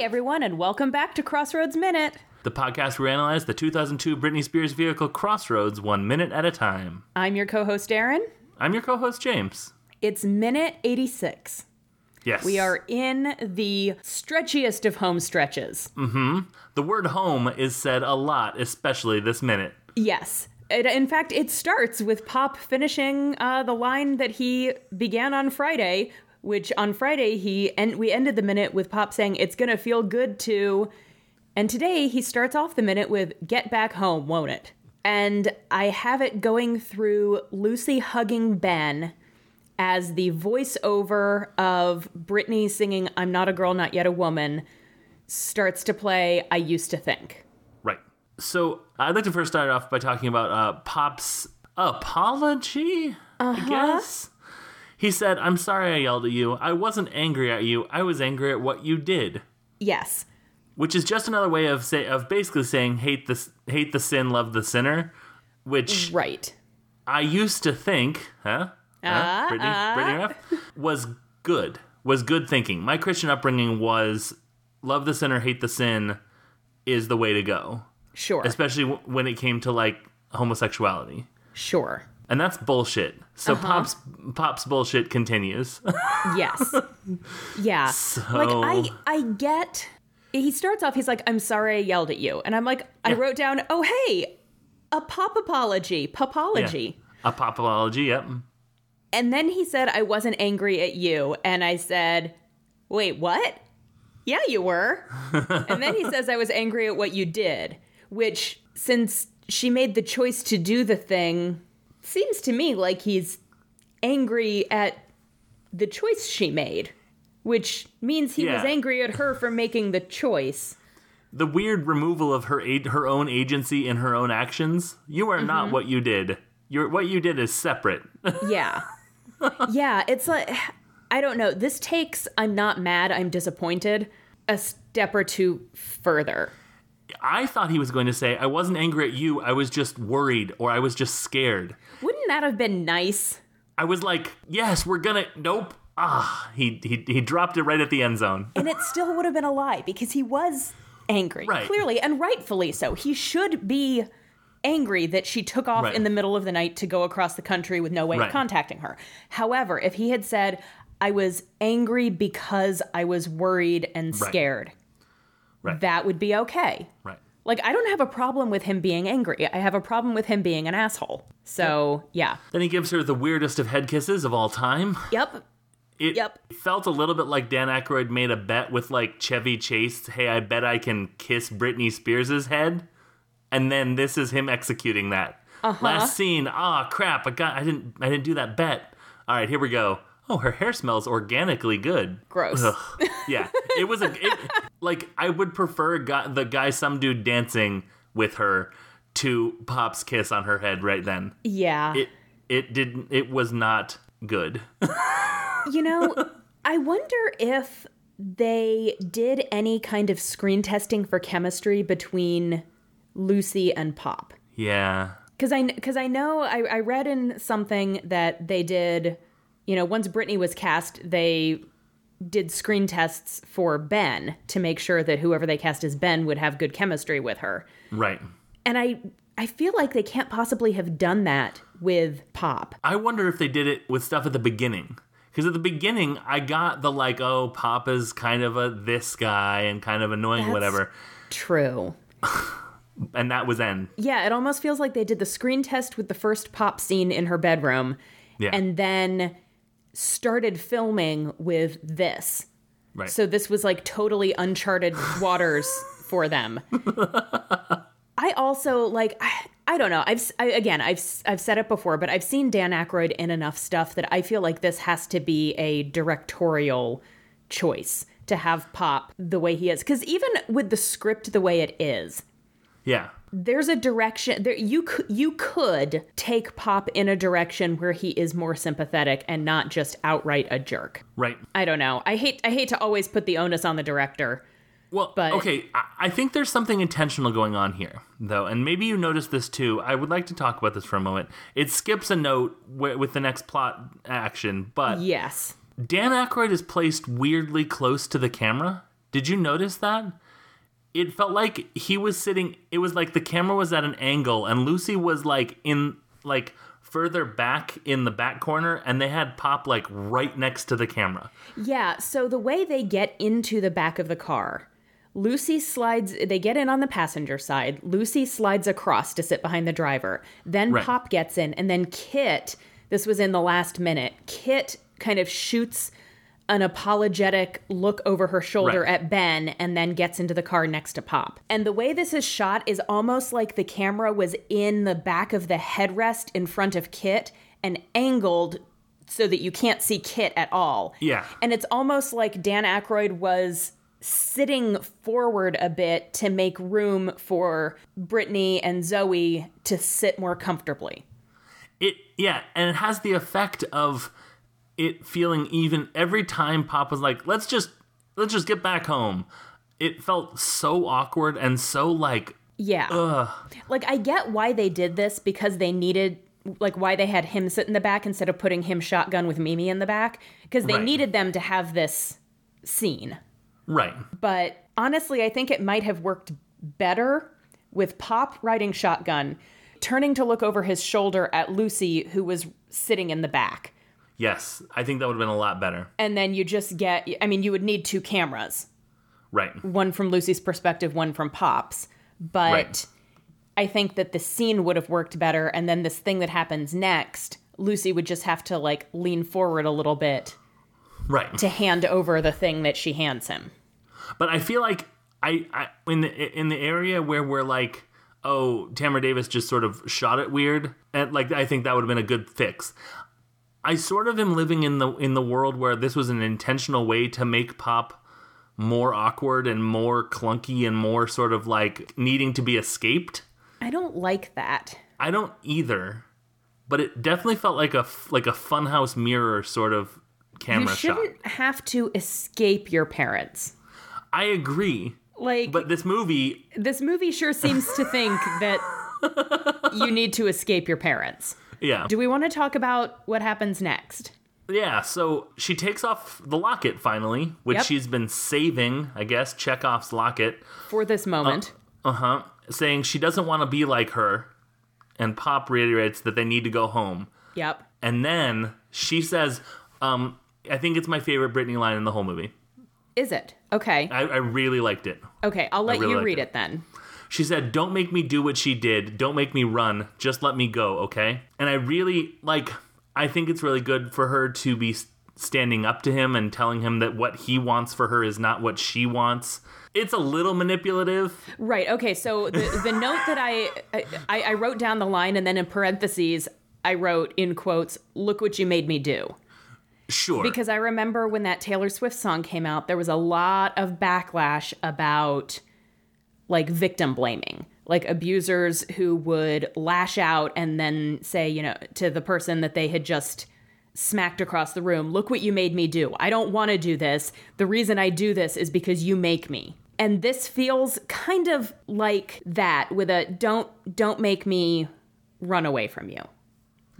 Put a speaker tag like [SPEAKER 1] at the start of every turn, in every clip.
[SPEAKER 1] everyone, and welcome back to Crossroads Minute.
[SPEAKER 2] The podcast where we analyze the 2002 Britney Spears vehicle Crossroads one minute at a time.
[SPEAKER 1] I'm your co host, Aaron.
[SPEAKER 2] I'm your co host, James.
[SPEAKER 1] It's minute 86.
[SPEAKER 2] Yes.
[SPEAKER 1] We are in the stretchiest of home stretches.
[SPEAKER 2] The word home is said a lot, especially this minute.
[SPEAKER 1] Yes. It, in fact, it starts with Pop finishing uh, the line that he began on Friday, which on Friday he and we ended the minute with Pop saying it's gonna feel good to, and today he starts off the minute with "Get back home, won't it?" And I have it going through Lucy hugging Ben as the voiceover of Britney singing "I'm not a girl, not yet a woman" starts to play. I used to think.
[SPEAKER 2] Right. So I'd like to first start off by talking about uh, Pop's apology,
[SPEAKER 1] Uh-huh.
[SPEAKER 2] I guess. He said, I'm sorry I yelled at you. I wasn't angry at you. I was angry at what you did.
[SPEAKER 1] Yes.
[SPEAKER 2] Which is just another way of say of basically saying hate the s- hate the sin, love the sinner, which
[SPEAKER 1] Right.
[SPEAKER 2] I used to think, huh? huh? Brittany, Brittany Ruff? was good. Was good thinking. My Christian upbringing was love the sinner, hate the sin is the way to go,
[SPEAKER 1] Sure.
[SPEAKER 2] especially w- when it came to like homosexuality.
[SPEAKER 1] Sure.
[SPEAKER 2] And that's bullshit. So pops pops bullshit continues.
[SPEAKER 1] Yes. yeah. Like I I get he starts off he's like I'm sorry I yelled at you and I'm like I wrote down oh hey a pop apology popology
[SPEAKER 2] A popology, yep.
[SPEAKER 1] and then he said I wasn't angry at you and I said wait what yeah you were and then he says I was angry at what you did which since she made the choice to do the thing seems to me like he's angry at the choice she made, which means he was
[SPEAKER 2] Yeah.
[SPEAKER 1] angry at her for making the choice.
[SPEAKER 2] The weird removal of her a- her own agency in her own actions. You are not what you did. Your what you did is separate.
[SPEAKER 1] Yeah. yeah, it's like I don't know. This takes I'm not mad, I'm disappointed a step or two further.
[SPEAKER 2] I thought he was going to say, I wasn't angry at you, I was just worried or I was just scared.
[SPEAKER 1] Wouldn't that have been nice?
[SPEAKER 2] I was like, yes, we're gonna nope. Ah, he he he dropped it right at the end zone.
[SPEAKER 1] And it still would have been a lie because he was angry.
[SPEAKER 2] Right.
[SPEAKER 1] Clearly, and rightfully so. He should be angry that she took off
[SPEAKER 2] Right.
[SPEAKER 1] in the middle of the night to go across the country with no way
[SPEAKER 2] Right.
[SPEAKER 1] of contacting her. However, if he had said, I was angry because I was worried and
[SPEAKER 2] Right.
[SPEAKER 1] scared,
[SPEAKER 2] Right.
[SPEAKER 1] that would be okay.
[SPEAKER 2] Right.
[SPEAKER 1] Like, I don't have a problem with him being angry. I have a problem with him being an asshole. So, yeah.
[SPEAKER 2] Then he gives her the weirdest of head kisses of all time.
[SPEAKER 1] Yep.
[SPEAKER 2] It
[SPEAKER 1] Yep.
[SPEAKER 2] felt a little bit like Dan Aykroyd made a bet with like Chevy Chase, hey, I bet I can kiss Britney Spears' head. And then this is him executing that. Last scene, ah crap, I got I didn't I didn't do that bet. Alright, here we go. Oh, her hair smells organically good.
[SPEAKER 1] Gross.
[SPEAKER 2] Ugh. Yeah. It was a it, like I would prefer a guy, the guy some dude dancing with her to Pop's kiss on her head right then.
[SPEAKER 1] Yeah.
[SPEAKER 2] It it didn't it was not good.
[SPEAKER 1] You know, I wonder if they did any kind of screen testing for chemistry between Lucy and Pop.
[SPEAKER 2] yeah.
[SPEAKER 1] Because I, cause I know I, I read in something that they did, you know, once Britney was cast, they did screen tests for Ben to make sure that whoever they cast as Ben would have good chemistry with her.
[SPEAKER 2] Right.
[SPEAKER 1] And I, I feel like they can't possibly have done that with Pop.
[SPEAKER 2] I wonder if they did it with stuff at the beginning. Because at the beginning, I got the like, oh, Papa's kind of a this guy and kind of annoying,
[SPEAKER 1] That's-
[SPEAKER 2] whatever.
[SPEAKER 1] True.
[SPEAKER 2] And that was end.
[SPEAKER 1] Yeah, it almost feels like they did the screen test with the first pop scene in her bedroom
[SPEAKER 2] Yeah.
[SPEAKER 1] and then started filming with this.
[SPEAKER 2] Right.
[SPEAKER 1] So this was like totally uncharted waters for them. I also like I, I don't know. I've s- I, again I've s- I've said it before, but I've seen Dan Aykroyd in enough stuff that I feel like this has to be a directorial choice to have Pop the way he is. Because even with the script the way it is,
[SPEAKER 2] yeah.
[SPEAKER 1] there's a direction there you could you could take pop in a direction where he is more sympathetic and not just outright a jerk
[SPEAKER 2] Right.
[SPEAKER 1] i don't know i hate i hate to always put the onus on the director
[SPEAKER 2] Well,
[SPEAKER 1] But-
[SPEAKER 2] okay, I, I think there's something intentional going on here, though, and maybe you noticed this too. I would like to talk about this for a moment. It skips a note w- with the next plot action, but
[SPEAKER 1] yes
[SPEAKER 2] Dan Aykroyd is placed weirdly close to the camera. Did you notice that? It felt like he was sitting it was like the camera was at an angle and Lucy was like in like further back in the back corner and they had Pop like right next to the camera.
[SPEAKER 1] Yeah, so the way they get into the back of the car, Lucy slides, they get in on the passenger side. Lucy slides across to sit behind the driver. Then
[SPEAKER 2] Right.
[SPEAKER 1] Pop gets in, and then Kit, this was in the last minute, Kit kind of shoots an apologetic look over her shoulder
[SPEAKER 2] Right.
[SPEAKER 1] at Ben and then gets into the car next to Pop. And the way this is shot is almost like the camera was in the back of the headrest in front of Kit and angled so that you can't see Kit at all.
[SPEAKER 2] Yeah.
[SPEAKER 1] And it's almost like Dan Aykroyd was sitting forward a bit to make room for Brittany and Zoe to sit more comfortably.
[SPEAKER 2] It yeah, and it has the effect of it feeling even every time Pop was like, "Let's just let's just get back home." It felt so awkward and so like
[SPEAKER 1] Yeah. Like, I get why they did this because they needed, like, why they had him sit in the back instead of putting him shotgun with Mimi in the back because they
[SPEAKER 2] Right.
[SPEAKER 1] needed them to have this scene.
[SPEAKER 2] right.
[SPEAKER 1] But honestly, I think it might have worked better with Pop riding shotgun, turning to look over his shoulder at Lucy, who was sitting in the back.
[SPEAKER 2] Yes, I think that would have been a lot better.
[SPEAKER 1] And then you just get, I mean, you would need two cameras
[SPEAKER 2] Right.
[SPEAKER 1] one from Lucy's perspective, one from Pop's. But
[SPEAKER 2] Right.
[SPEAKER 1] I think that the scene would have worked better. And then this thing that happens next, Lucy would just have to like lean forward a little bit
[SPEAKER 2] Right.
[SPEAKER 1] to hand over the thing that she hands him.
[SPEAKER 2] But I feel like I, I in the in the area where we're like, oh, Tamara Davis just sort of shot it weird, and like I think that would have been a good fix. I sort of am living in the in the world where this was an intentional way to make pop more awkward and more clunky and more sort of like needing to be escaped.
[SPEAKER 1] I don't like that.
[SPEAKER 2] I don't either, but it definitely felt like a f- like a funhouse mirror sort of
[SPEAKER 1] You
[SPEAKER 2] camera shot.
[SPEAKER 1] shouldn't have to escape your parents.
[SPEAKER 2] I agree,
[SPEAKER 1] Like
[SPEAKER 2] but this movie
[SPEAKER 1] this movie sure seems to think that you need to escape your parents.
[SPEAKER 2] yeah.
[SPEAKER 1] Do we want to talk about what happens next?
[SPEAKER 2] Yeah, so she takes off the locket finally, which
[SPEAKER 1] Yep.
[SPEAKER 2] she's been saving, I guess, Chekhov's locket,
[SPEAKER 1] For this moment,
[SPEAKER 2] uh huh, saying she doesn't want to be like her. And Pop reiterates that they need to go home.
[SPEAKER 1] yep.
[SPEAKER 2] And then she says, um, I think it's my favorite Britney line in the whole movie.
[SPEAKER 1] Is it? Okay.
[SPEAKER 2] I, I really liked it.
[SPEAKER 1] Okay, I'll let
[SPEAKER 2] really
[SPEAKER 1] you
[SPEAKER 2] liked
[SPEAKER 1] read
[SPEAKER 2] it.
[SPEAKER 1] it then.
[SPEAKER 2] She said, Don't make me do what she did. Don't make me run. Just let me go, okay? And I really, like, I think it's really good for her to be s- standing up to him and telling him that what he wants for her is not what she wants. It's a little manipulative.
[SPEAKER 1] Right. Okay. So the, the note that I, I I wrote down the line and then in parentheses I wrote in quotes, "Look what you made me do."
[SPEAKER 2] Sure.
[SPEAKER 1] Because I remember when that Taylor Swift song came out, there was a lot of backlash about like victim blaming, like abusers who would lash out and then say, you know, to the person that they had just smacked across the room, look what you made me do. I don't want to do this. The reason I do this is because you make me. And this feels kind of like that with a don't don't make me run away from you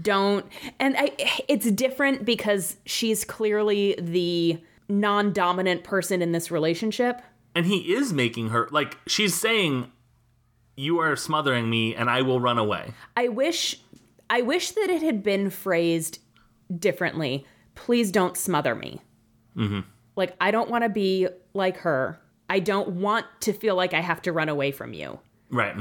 [SPEAKER 1] don't and i it's different because she's clearly the non-dominant person in this relationship
[SPEAKER 2] and he is making her, like, she's saying, You are smothering me and I will run away.
[SPEAKER 1] i wish i wish that it had been phrased differently please don't smother me like i don't want to be like her i don't want to feel like i have to run away from you
[SPEAKER 2] Right.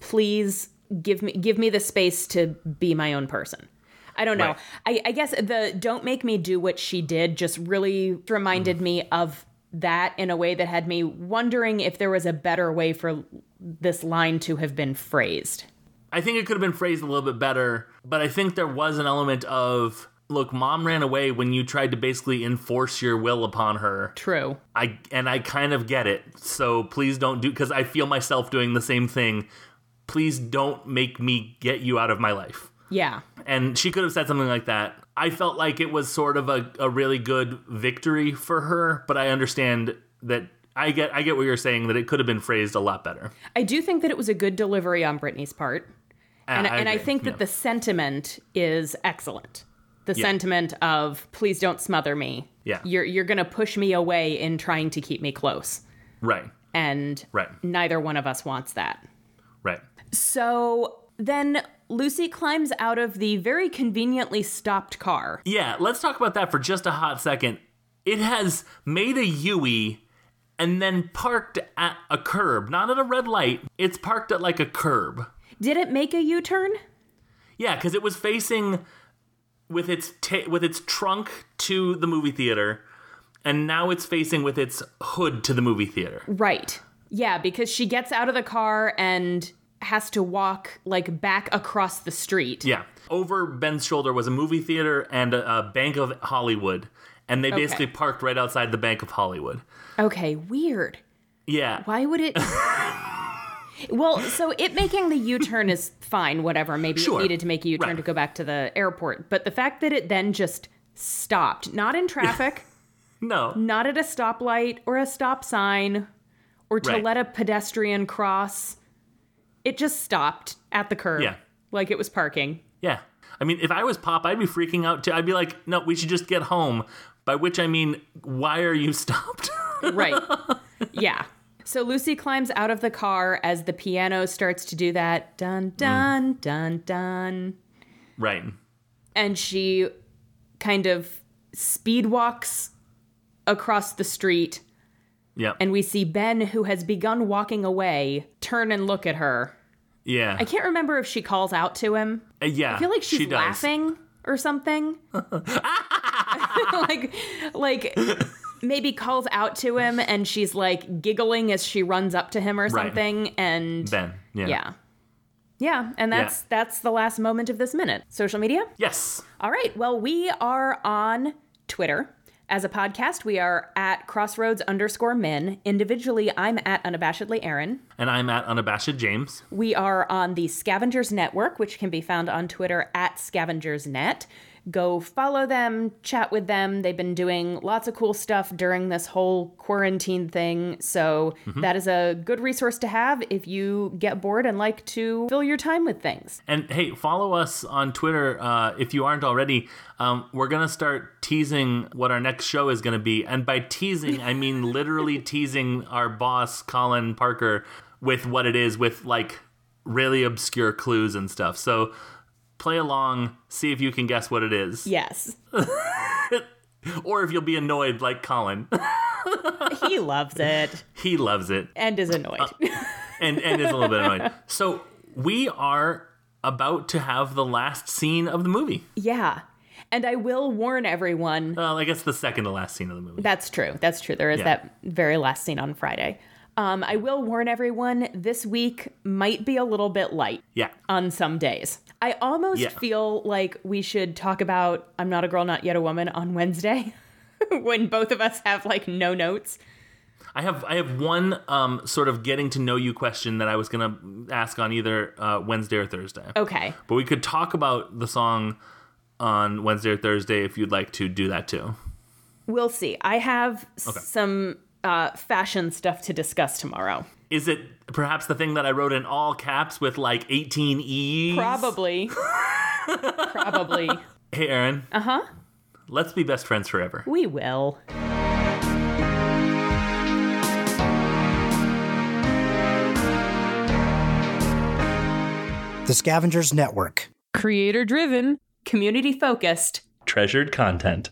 [SPEAKER 1] please give me give me the space to be my own person i don't know
[SPEAKER 2] Right.
[SPEAKER 1] I, I guess the don't make me do what she did just really reminded me of that in a way that had me wondering if there was a better way for this line to have been phrased
[SPEAKER 2] I think it could have been phrased a little bit better, but I think there was an element of look, mom ran away when you tried to basically enforce your will upon her.
[SPEAKER 1] true
[SPEAKER 2] I and I kind of get it. So please don't do cuz I feel myself doing the same thing. Please don't make me get you out of my life.
[SPEAKER 1] yeah
[SPEAKER 2] And she could have said something like that. I felt like it was sort of a, a really good victory for her, but I understand that I get I get what you're saying that it could have been phrased a lot better.
[SPEAKER 1] i do think that it was a good delivery on brittany's part and, and I
[SPEAKER 2] agree.
[SPEAKER 1] think that
[SPEAKER 2] Yeah.
[SPEAKER 1] the sentiment is excellent the
[SPEAKER 2] Yeah.
[SPEAKER 1] sentiment of please don't smother me.
[SPEAKER 2] Yeah.
[SPEAKER 1] You're you're going to push me away in trying to keep me close.
[SPEAKER 2] Right.
[SPEAKER 1] And
[SPEAKER 2] Right.
[SPEAKER 1] neither one of us wants that.
[SPEAKER 2] Right.
[SPEAKER 1] So then Lucy climbs out of the very conveniently stopped car.
[SPEAKER 2] Yeah, let's talk about that for just a hot second. It has made a Yui and then parked at a curb, not at a red light. It's parked at like a curb.
[SPEAKER 1] Did it make a U-turn?
[SPEAKER 2] Yeah, because it was facing with its ta- with its trunk to the movie theater, and now it's facing with its hood to the movie theater.
[SPEAKER 1] Right. Yeah, because she gets out of the car and has to walk like back across the street.
[SPEAKER 2] Yeah. Over Ben's shoulder was a movie theater and a, a Bank of Hollywood, and they basically parked right outside the Bank of Hollywood.
[SPEAKER 1] Okay, weird.
[SPEAKER 2] Yeah.
[SPEAKER 1] Why would it? well, so it making the U turn is fine, whatever. Maybe
[SPEAKER 2] Sure.
[SPEAKER 1] it needed to make a U turn
[SPEAKER 2] Right.
[SPEAKER 1] to go back to the airport. But the fact that it then just stopped, not in traffic,
[SPEAKER 2] No.
[SPEAKER 1] not at a stoplight or a stop sign, or to
[SPEAKER 2] Right.
[SPEAKER 1] let a pedestrian cross, it just stopped at the curb.
[SPEAKER 2] Yeah.
[SPEAKER 1] Like it was parking.
[SPEAKER 2] Yeah. I mean, if I was Pop, I'd be freaking out too. I'd be like, "No, we should just get home." By which I mean, why are you stopped?
[SPEAKER 1] Right. yeah. So Lucy climbs out of the car as the piano starts to do that dun
[SPEAKER 2] Mm.
[SPEAKER 1] dun dun dun.
[SPEAKER 2] right.
[SPEAKER 1] and she kind of speed walks across the street
[SPEAKER 2] Yeah.
[SPEAKER 1] and we see Ben who has begun walking away turn and look at her.
[SPEAKER 2] yeah.
[SPEAKER 1] I can't remember if she calls out to him.
[SPEAKER 2] Uh, yeah.
[SPEAKER 1] I feel like she's
[SPEAKER 2] she does.
[SPEAKER 1] laughing or something. like like maybe calls out to him and she's like giggling as she runs up to him or something and
[SPEAKER 2] Ben.
[SPEAKER 1] yeah. Yeah, and that's that's the last moment of this minute. Social media?
[SPEAKER 2] Yes.
[SPEAKER 1] All right. Well, we are on Twitter. As a podcast, we are at crossroads underscore men. Individually, I'm at unabashedly Aaron.
[SPEAKER 2] And I'm at unabashed James.
[SPEAKER 1] We are on the Scavengers Network, which can be found on Twitter at scavengersnet. Go follow them, chat with them. They've been doing lots of cool stuff during this whole quarantine thing. So that is a good resource to have if you get bored and like to fill your time with things.
[SPEAKER 2] And hey, follow us on Twitter uh, if you aren't already. Um, we're gonna start teasing what our next show is gonna be, and by teasing, I mean literally teasing our boss Colin Parker with what it is, with like really obscure clues and stuff. So play along, see if you can guess what it is,
[SPEAKER 1] Yes,
[SPEAKER 2] or if you'll be annoyed like Colin.
[SPEAKER 1] he loves it
[SPEAKER 2] he loves it.
[SPEAKER 1] and is annoyed.
[SPEAKER 2] and and is a little bit annoyed. So we are about to have the last scene of the movie.
[SPEAKER 1] Yeah. And I will warn everyone.
[SPEAKER 2] Well, I guess the second to last scene of the movie.
[SPEAKER 1] That's true. That's true. There is
[SPEAKER 2] Yeah.
[SPEAKER 1] that very last scene on Friday. Um, I will warn everyone this week might be a little bit light
[SPEAKER 2] Yeah.
[SPEAKER 1] on some days. I almost
[SPEAKER 2] Yeah.
[SPEAKER 1] feel like we should talk about I'm Not a Girl, Not Yet a Woman on Wednesday when both of us have like no notes.
[SPEAKER 2] I have I have one um sort of getting to know you question that I was gonna ask on either uh, Wednesday or Thursday.
[SPEAKER 1] Okay.
[SPEAKER 2] But we could talk about the song on Wednesday or Thursday if you'd like to do that too.
[SPEAKER 1] We'll see. I have some uh, fashion stuff to discuss tomorrow.
[SPEAKER 2] Is it perhaps the thing that I wrote in all caps with like 18 E's?
[SPEAKER 1] Probably. Probably.
[SPEAKER 2] Hey, Aaron. Uh huh. Let's be best friends forever.
[SPEAKER 1] We will.
[SPEAKER 3] The Scavengers Network.
[SPEAKER 4] Creator driven.
[SPEAKER 1] Community focused.
[SPEAKER 2] Treasured content.